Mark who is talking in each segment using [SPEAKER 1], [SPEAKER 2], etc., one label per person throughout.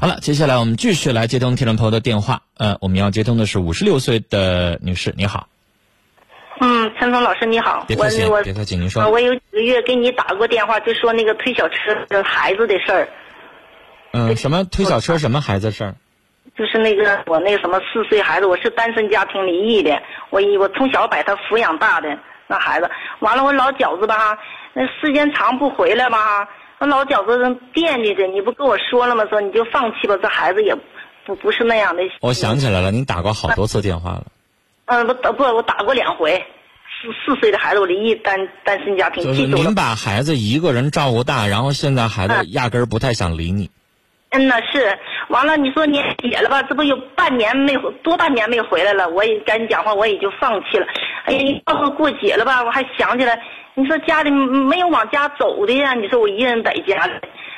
[SPEAKER 1] 好了，接下来我们继续来接通听众朋友的电话。呃，我们要接通的是五十六岁的女士，你好，
[SPEAKER 2] 嗯，陈峰老师你好，
[SPEAKER 1] 别
[SPEAKER 2] 我
[SPEAKER 1] 客气
[SPEAKER 2] 我，
[SPEAKER 1] 别客气，您
[SPEAKER 2] 呃
[SPEAKER 1] 说，
[SPEAKER 2] 我有几个月给你打过电话，就说那个推小车的孩子的事儿，
[SPEAKER 1] 嗯、什么推小车什么孩子事儿？
[SPEAKER 2] 就是那个我那个什么四岁孩子，我是单身家庭离异的，我一我从小把他抚养大的那孩子，完了我老饺子吧，那时间长不回来吧，我老饺子惦记着，你不跟我说了吗？说你就放弃吧，这孩子也不不是那样的。
[SPEAKER 1] 我想起来了，您打过好多次电话了，
[SPEAKER 2] 嗯，我打不我打过两回，四四岁的孩子我离异单单身家庭，
[SPEAKER 1] 就是
[SPEAKER 2] 记住了
[SPEAKER 1] 您把孩子一个人照顾大，然后现在孩子压根儿不太想理你。
[SPEAKER 2] 嗯呐，是。完了，你说你姐了吧？这不有半年没回，多半年没回来了。我也赶紧讲话，我也就放弃了。哎呀，你到时候过节了吧？我还想起来，你说家里没有往家走的呀？你说我一个人在家里，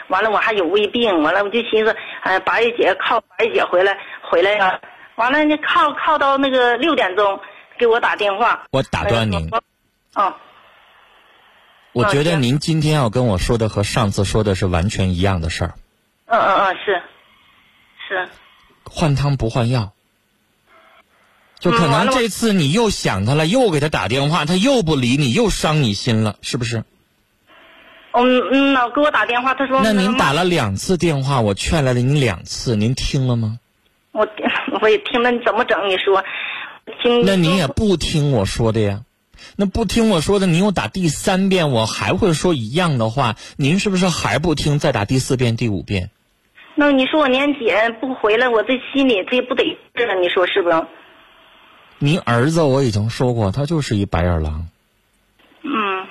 [SPEAKER 2] 完了我还有胃病，完了我就寻思，哎，八月姐靠八月姐回来回来呀、完了，你靠靠到那个六点钟给我打电话。
[SPEAKER 1] 我打断 您，
[SPEAKER 2] 嗯、
[SPEAKER 1] 我觉得
[SPEAKER 2] 行
[SPEAKER 1] 您今天要跟我说的和上次说的是完全一样的事儿，
[SPEAKER 2] 嗯嗯嗯，是是。
[SPEAKER 1] 换汤不换药。就可
[SPEAKER 2] 嗯完
[SPEAKER 1] 能
[SPEAKER 2] 了我
[SPEAKER 1] 这次你又想他了，又给他打电话，他又不理你，又伤你心了，是不是？
[SPEAKER 2] 嗯嗯呐，给我打电话，他说
[SPEAKER 1] 那您
[SPEAKER 2] 个
[SPEAKER 1] 打了两次电话，我劝来了您两次，您听了吗？
[SPEAKER 2] 我 我也听了，你怎么整？你说，听
[SPEAKER 1] 那您也不听我说的呀。那不听我说的，您又打第三遍，我还会说一样的话，您是不是还不听？再打第四遍、第五遍？
[SPEAKER 2] 那你说我年姐不回来，我这心里这不得劲啊了，你说是不？
[SPEAKER 1] 您儿子我已经说过，他就是一白眼狼。
[SPEAKER 2] 嗯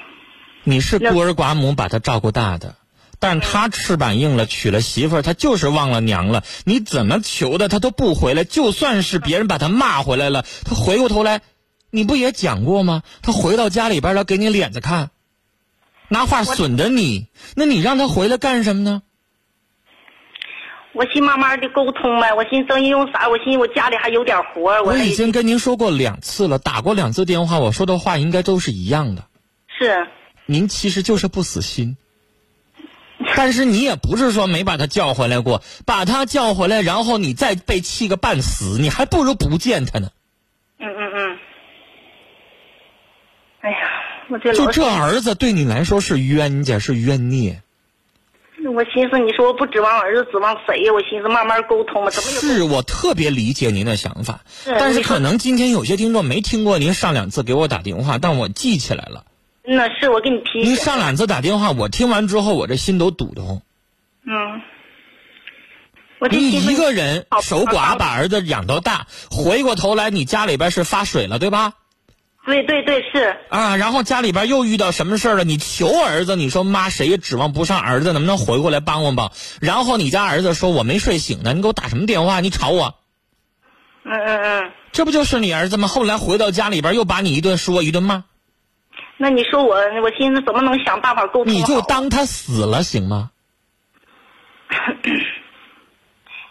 [SPEAKER 1] 你是
[SPEAKER 2] 那
[SPEAKER 1] 孤儿寡母把他照顾大的，但是他翅膀硬了，娶了媳妇儿，他就是忘了娘了。你怎么求的他都不回来，就算是别人把他骂回来了，他回过头来，你不也讲过吗？他回到家里边儿了，给你脸子看，拿话损的你，那你让他回来干什么呢？
[SPEAKER 2] 我寻慢慢的沟通呗，我寻正因为啥？我寻我家里还有点活儿，
[SPEAKER 1] 我
[SPEAKER 2] 那
[SPEAKER 1] 已经跟您说过两次了，打过两次电话，我说的话应该都是一样的。
[SPEAKER 2] 是
[SPEAKER 1] 您其实就是不死心。但是你也不是说没把他叫回来过，把他叫回来，然后你再被气个半死，你还不如不见他呢。
[SPEAKER 2] 嗯嗯嗯。哎呀，我这
[SPEAKER 1] 就
[SPEAKER 2] 老
[SPEAKER 1] 这儿子对你来说是冤家，是冤孽。
[SPEAKER 2] 我寻思你说我不指望儿子，指望谁呀？我寻思慢慢沟通吧，怎么有
[SPEAKER 1] 是我特别理解您的想法，
[SPEAKER 2] 是
[SPEAKER 1] 但是
[SPEAKER 2] 你说
[SPEAKER 1] 可能今天有些听众没听过您上两次给我打电话，但我记起来了。
[SPEAKER 2] 嗯呐？是我给你提
[SPEAKER 1] 您
[SPEAKER 2] 醒，
[SPEAKER 1] 上两次打电话，我听完之后我这心都堵得慌。
[SPEAKER 2] 嗯，我就
[SPEAKER 1] 你
[SPEAKER 2] 寻思
[SPEAKER 1] 一个人
[SPEAKER 2] 好
[SPEAKER 1] 守寡把儿子养到大，回过头来你家里边是发水了，对吧？
[SPEAKER 2] 对对对是。
[SPEAKER 1] 啊，然后家里边又遇到什么事儿了？你求儿子，你说妈，谁也指望不上儿子，能不能回过来帮帮帮？然后你家儿子说我没睡醒呢，你给我打什么电话？你吵我，
[SPEAKER 2] 嗯嗯嗯，
[SPEAKER 1] 这不就是你儿子吗？后来回到家里边又把你一顿说一顿骂，
[SPEAKER 2] 那你说我，我寻思怎么能想办法沟通好？
[SPEAKER 1] 你就当他死了行吗？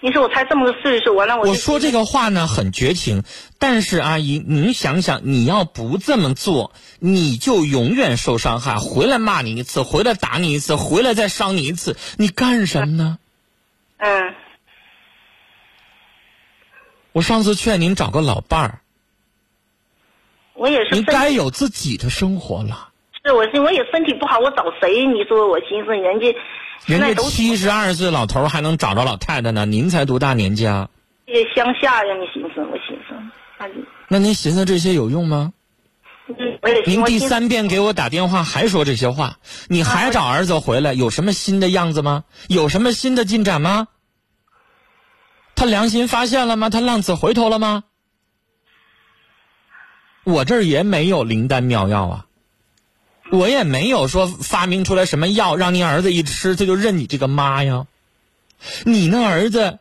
[SPEAKER 2] 你说我才这么个岁数，完了我就
[SPEAKER 1] 我说这个话呢很绝情，但是阿姨，您想想，你要不这么做，你就永远受伤害。回来骂你一次，回来打你一次，回来再伤你一次，你干什么呢？
[SPEAKER 2] 嗯
[SPEAKER 1] 我上次劝您找个老伴儿。
[SPEAKER 2] 我也是
[SPEAKER 1] 你
[SPEAKER 2] 身
[SPEAKER 1] 该有自己的生活了。
[SPEAKER 2] 是我是我也身体不好，我找谁？你说我寻思人家
[SPEAKER 1] 人家
[SPEAKER 2] 那都
[SPEAKER 1] 七十二岁老头儿还能找着老太太呢，您才多大年纪啊？
[SPEAKER 2] 乡下呀，你寻思我寻思，那你
[SPEAKER 1] 那您寻思这些有用吗？
[SPEAKER 2] 嗯我也
[SPEAKER 1] 您
[SPEAKER 2] 我
[SPEAKER 1] 第
[SPEAKER 2] 寻思
[SPEAKER 1] 三遍给我打电话还说这些话，你还找儿子回来，有什么新的样子吗？有什么新的进展吗？他良心发现了吗？他浪子回头了吗？我这儿也没有灵丹妙药啊，我也没有说发明出来什么药让您儿子一吃他就认你这个妈呀。你那儿子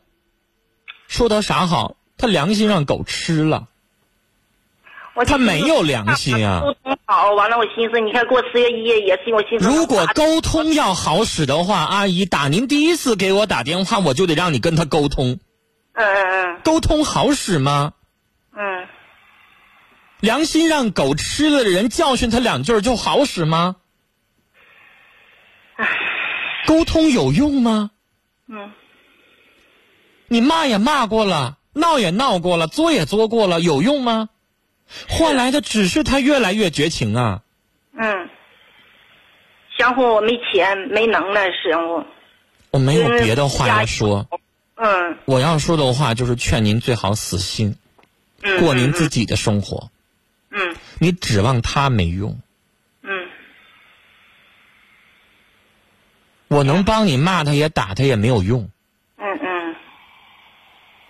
[SPEAKER 1] 说他啥好？他良心让狗吃了，
[SPEAKER 2] 我
[SPEAKER 1] 他没有良心啊。
[SPEAKER 2] 沟通好，完了我寻思，你看过十月一也是我 寻思，
[SPEAKER 1] 如果沟通要好使的话，阿姨打您第一次给我打电话，我就得让你跟他沟通。
[SPEAKER 2] 嗯嗯
[SPEAKER 1] 沟通好使吗？
[SPEAKER 2] 嗯
[SPEAKER 1] 良心让狗吃了的人教训他两句儿就好使吗？沟通有用吗？
[SPEAKER 2] 嗯嗯，
[SPEAKER 1] 你骂也骂过了，闹也闹过了，作也作过了，有用吗？换来的只是他越来越绝情啊！
[SPEAKER 2] 嗯，相互我没钱没能耐，相互。
[SPEAKER 1] 我没有别的话要说，
[SPEAKER 2] 嗯
[SPEAKER 1] 我要说的话就是劝您最好死心，
[SPEAKER 2] 嗯。
[SPEAKER 1] 过您自己的生活。
[SPEAKER 2] 嗯
[SPEAKER 1] 你指望他没用，
[SPEAKER 2] 嗯
[SPEAKER 1] 我能帮你骂他也打他也没有用。
[SPEAKER 2] 嗯嗯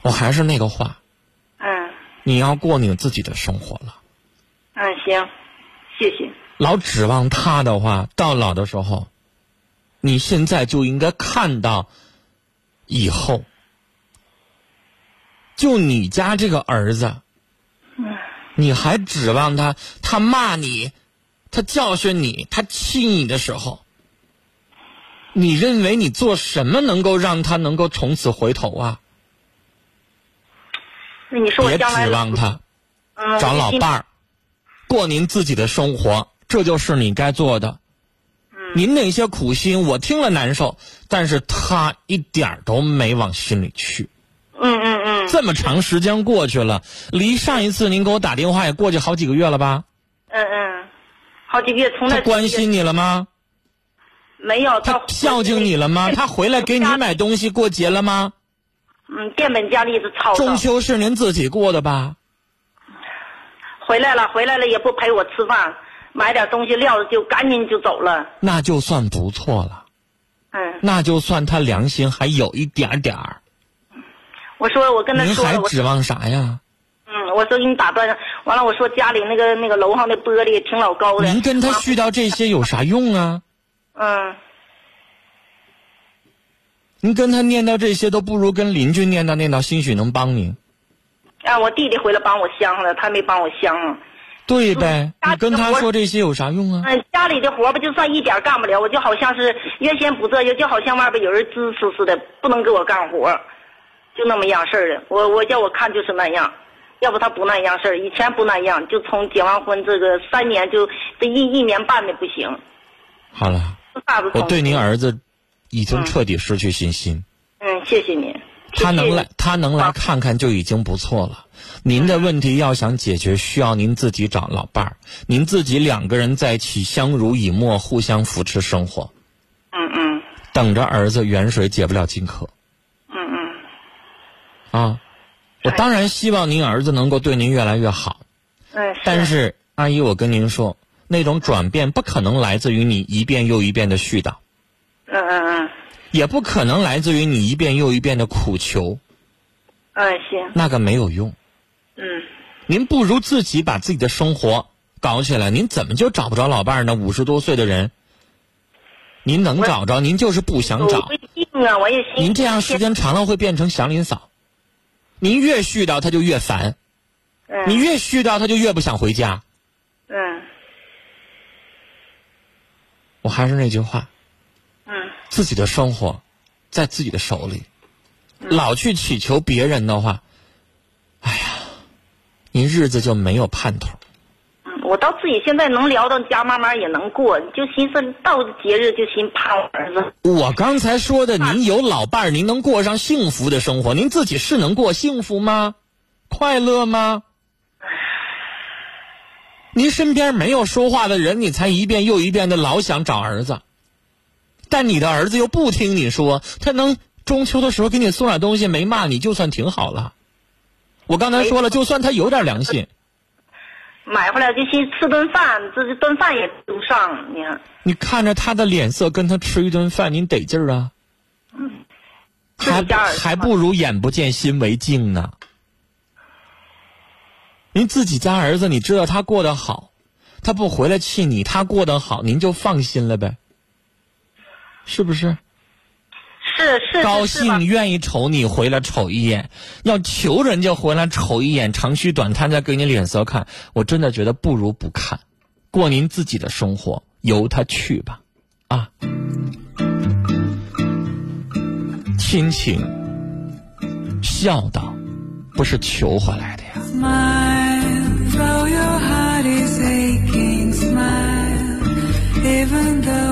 [SPEAKER 1] 我还是那个话，
[SPEAKER 2] 嗯
[SPEAKER 1] 你要过你自己的生活了。
[SPEAKER 2] 嗯，行，谢谢。
[SPEAKER 1] 老指望他的话，到老的时候，你现在就应该看到以后。就你家这个儿子，你还指望他？他骂你，他教训你，他气你的时候，你认为你做什么能够让他能够从此回头啊？
[SPEAKER 2] 那你说我
[SPEAKER 1] 别
[SPEAKER 2] 将来
[SPEAKER 1] 指望他。
[SPEAKER 2] 嗯
[SPEAKER 1] 找老伴儿，过您自己的生活，这就是你该做的。
[SPEAKER 2] 嗯
[SPEAKER 1] 您那些苦心，我听了难受，但是他一点儿都没往心里去。
[SPEAKER 2] 嗯嗯嗯
[SPEAKER 1] 这么长时间过去了，离上一次您给我打电话也过去好几个月了吧？
[SPEAKER 2] 嗯嗯，好几个月从哦
[SPEAKER 1] 他
[SPEAKER 2] 来
[SPEAKER 1] 关心你了吗？
[SPEAKER 2] 没有
[SPEAKER 1] 他
[SPEAKER 2] 到
[SPEAKER 1] 孝敬你了吗？他回来给你买东西过节了吗？
[SPEAKER 2] 嗯，变本加厉的操
[SPEAKER 1] 中
[SPEAKER 2] 着。
[SPEAKER 1] 秋是您自己过的吧？
[SPEAKER 2] 回来了，回来了也不陪我吃饭，买点东西撂着就赶紧就走了。
[SPEAKER 1] 那就算不错了，
[SPEAKER 2] 嗯，
[SPEAKER 1] 那就算他良心还有一点儿点儿。
[SPEAKER 2] 我说我跟他
[SPEAKER 1] 您
[SPEAKER 2] 说
[SPEAKER 1] 还
[SPEAKER 2] 了，我
[SPEAKER 1] 指望啥呀？
[SPEAKER 2] 嗯，我说给你打断，完了我说家里那个那个楼上的玻璃挺老高的。
[SPEAKER 1] 您跟他絮叨这些有啥用 啊？
[SPEAKER 2] 嗯
[SPEAKER 1] 您跟他念叨这些都不如跟邻居念叨念叨，兴许能帮您。
[SPEAKER 2] 啊，我弟弟回来帮我相了，他没帮我相啊。
[SPEAKER 1] 对呗，
[SPEAKER 2] 嗯
[SPEAKER 1] 你跟他说这些有啥用啊？
[SPEAKER 2] 嗯，家里的活儿吧，就算一点儿干不了，我就好像是原先不这样，就好像外边有人支持似的，不能给我干活儿，就那么样事儿的。我我叫我看就是那样，要不他不那样事儿，以前不那样，就从结完婚这个三年就这一一年半的不行，
[SPEAKER 1] 好了，
[SPEAKER 2] 这啥子？
[SPEAKER 1] 我对您，儿子已经彻底失去信心。
[SPEAKER 2] 嗯，谢谢您。
[SPEAKER 1] 他能来
[SPEAKER 2] 谢，
[SPEAKER 1] 他能来
[SPEAKER 2] 好
[SPEAKER 1] 看看就已经不错了。您的问题要想解决，需要您自己找老伴儿，您自己两个人在一起相濡以沫，互相扶持生活，
[SPEAKER 2] 谢，嗯嗯
[SPEAKER 1] 等着儿子远水解不了近渴。
[SPEAKER 2] 嗯嗯，
[SPEAKER 1] 啊，我当然希望您儿子能够对您越来越好，
[SPEAKER 2] 嗯，
[SPEAKER 1] 但是阿姨，我跟您说，那种转变不可能来自于你一遍又一遍的絮叨，
[SPEAKER 2] 嗯嗯嗯
[SPEAKER 1] 也不可能来自于你一遍又一遍的苦求，
[SPEAKER 2] 嗯，行，
[SPEAKER 1] 那个没有用。
[SPEAKER 2] 嗯
[SPEAKER 1] 您不如自己把自己的生活搞起来，您怎么就找不着老伴儿呢？五十多岁的人，您能找着，您就是不想
[SPEAKER 2] 我
[SPEAKER 1] 找
[SPEAKER 2] 不。一定啊，我也心。
[SPEAKER 1] 您这样时间长了会变成祥林嫂，您越絮叨他就越烦，你
[SPEAKER 2] 嗯
[SPEAKER 1] 越絮叨他就越不想回家。
[SPEAKER 2] 嗯
[SPEAKER 1] 我还是那句话，
[SPEAKER 2] 嗯
[SPEAKER 1] 自己的生活在自己的手里，老去祈求别人的话，哎呀，哎您日子就没有盼头。
[SPEAKER 2] 嗯，我到自己现在能聊到家，慢慢也能过，就寻思到节日就寻盼我儿子。
[SPEAKER 1] 我刚才说的，您有老伴儿，您能过上幸福的生活，您自己是能过幸福吗？快乐吗？您身边没有说话的人，你才一遍又一遍的老想找儿子，但你的儿子又不听你说，他能中秋的时候给你送点东西，没骂你就算挺好了。我刚才说了，就算他有点良心，
[SPEAKER 2] 买回来就寻吃顿饭，这这顿饭也吃不上，你看，
[SPEAKER 1] 你看着他的脸色，跟他吃一顿饭，您得劲儿啊，还
[SPEAKER 2] 自己家儿子
[SPEAKER 1] 还不如眼不见心为净呢。您自己家儿子，你知道他过得好，他不回来气你，他过得好，您就放心了呗，是不是？
[SPEAKER 2] 是是
[SPEAKER 1] 高
[SPEAKER 2] 是是吧
[SPEAKER 1] 兴？愿意瞅你回来瞅一眼，要求人家回来瞅一眼，长吁短叹再给你脸色看，我真的觉得不如不看，过您自己的生活，由他去吧，啊，亲情、孝道，不是求回来的呀。
[SPEAKER 3] Smile, though your heart is aching. Smile, even though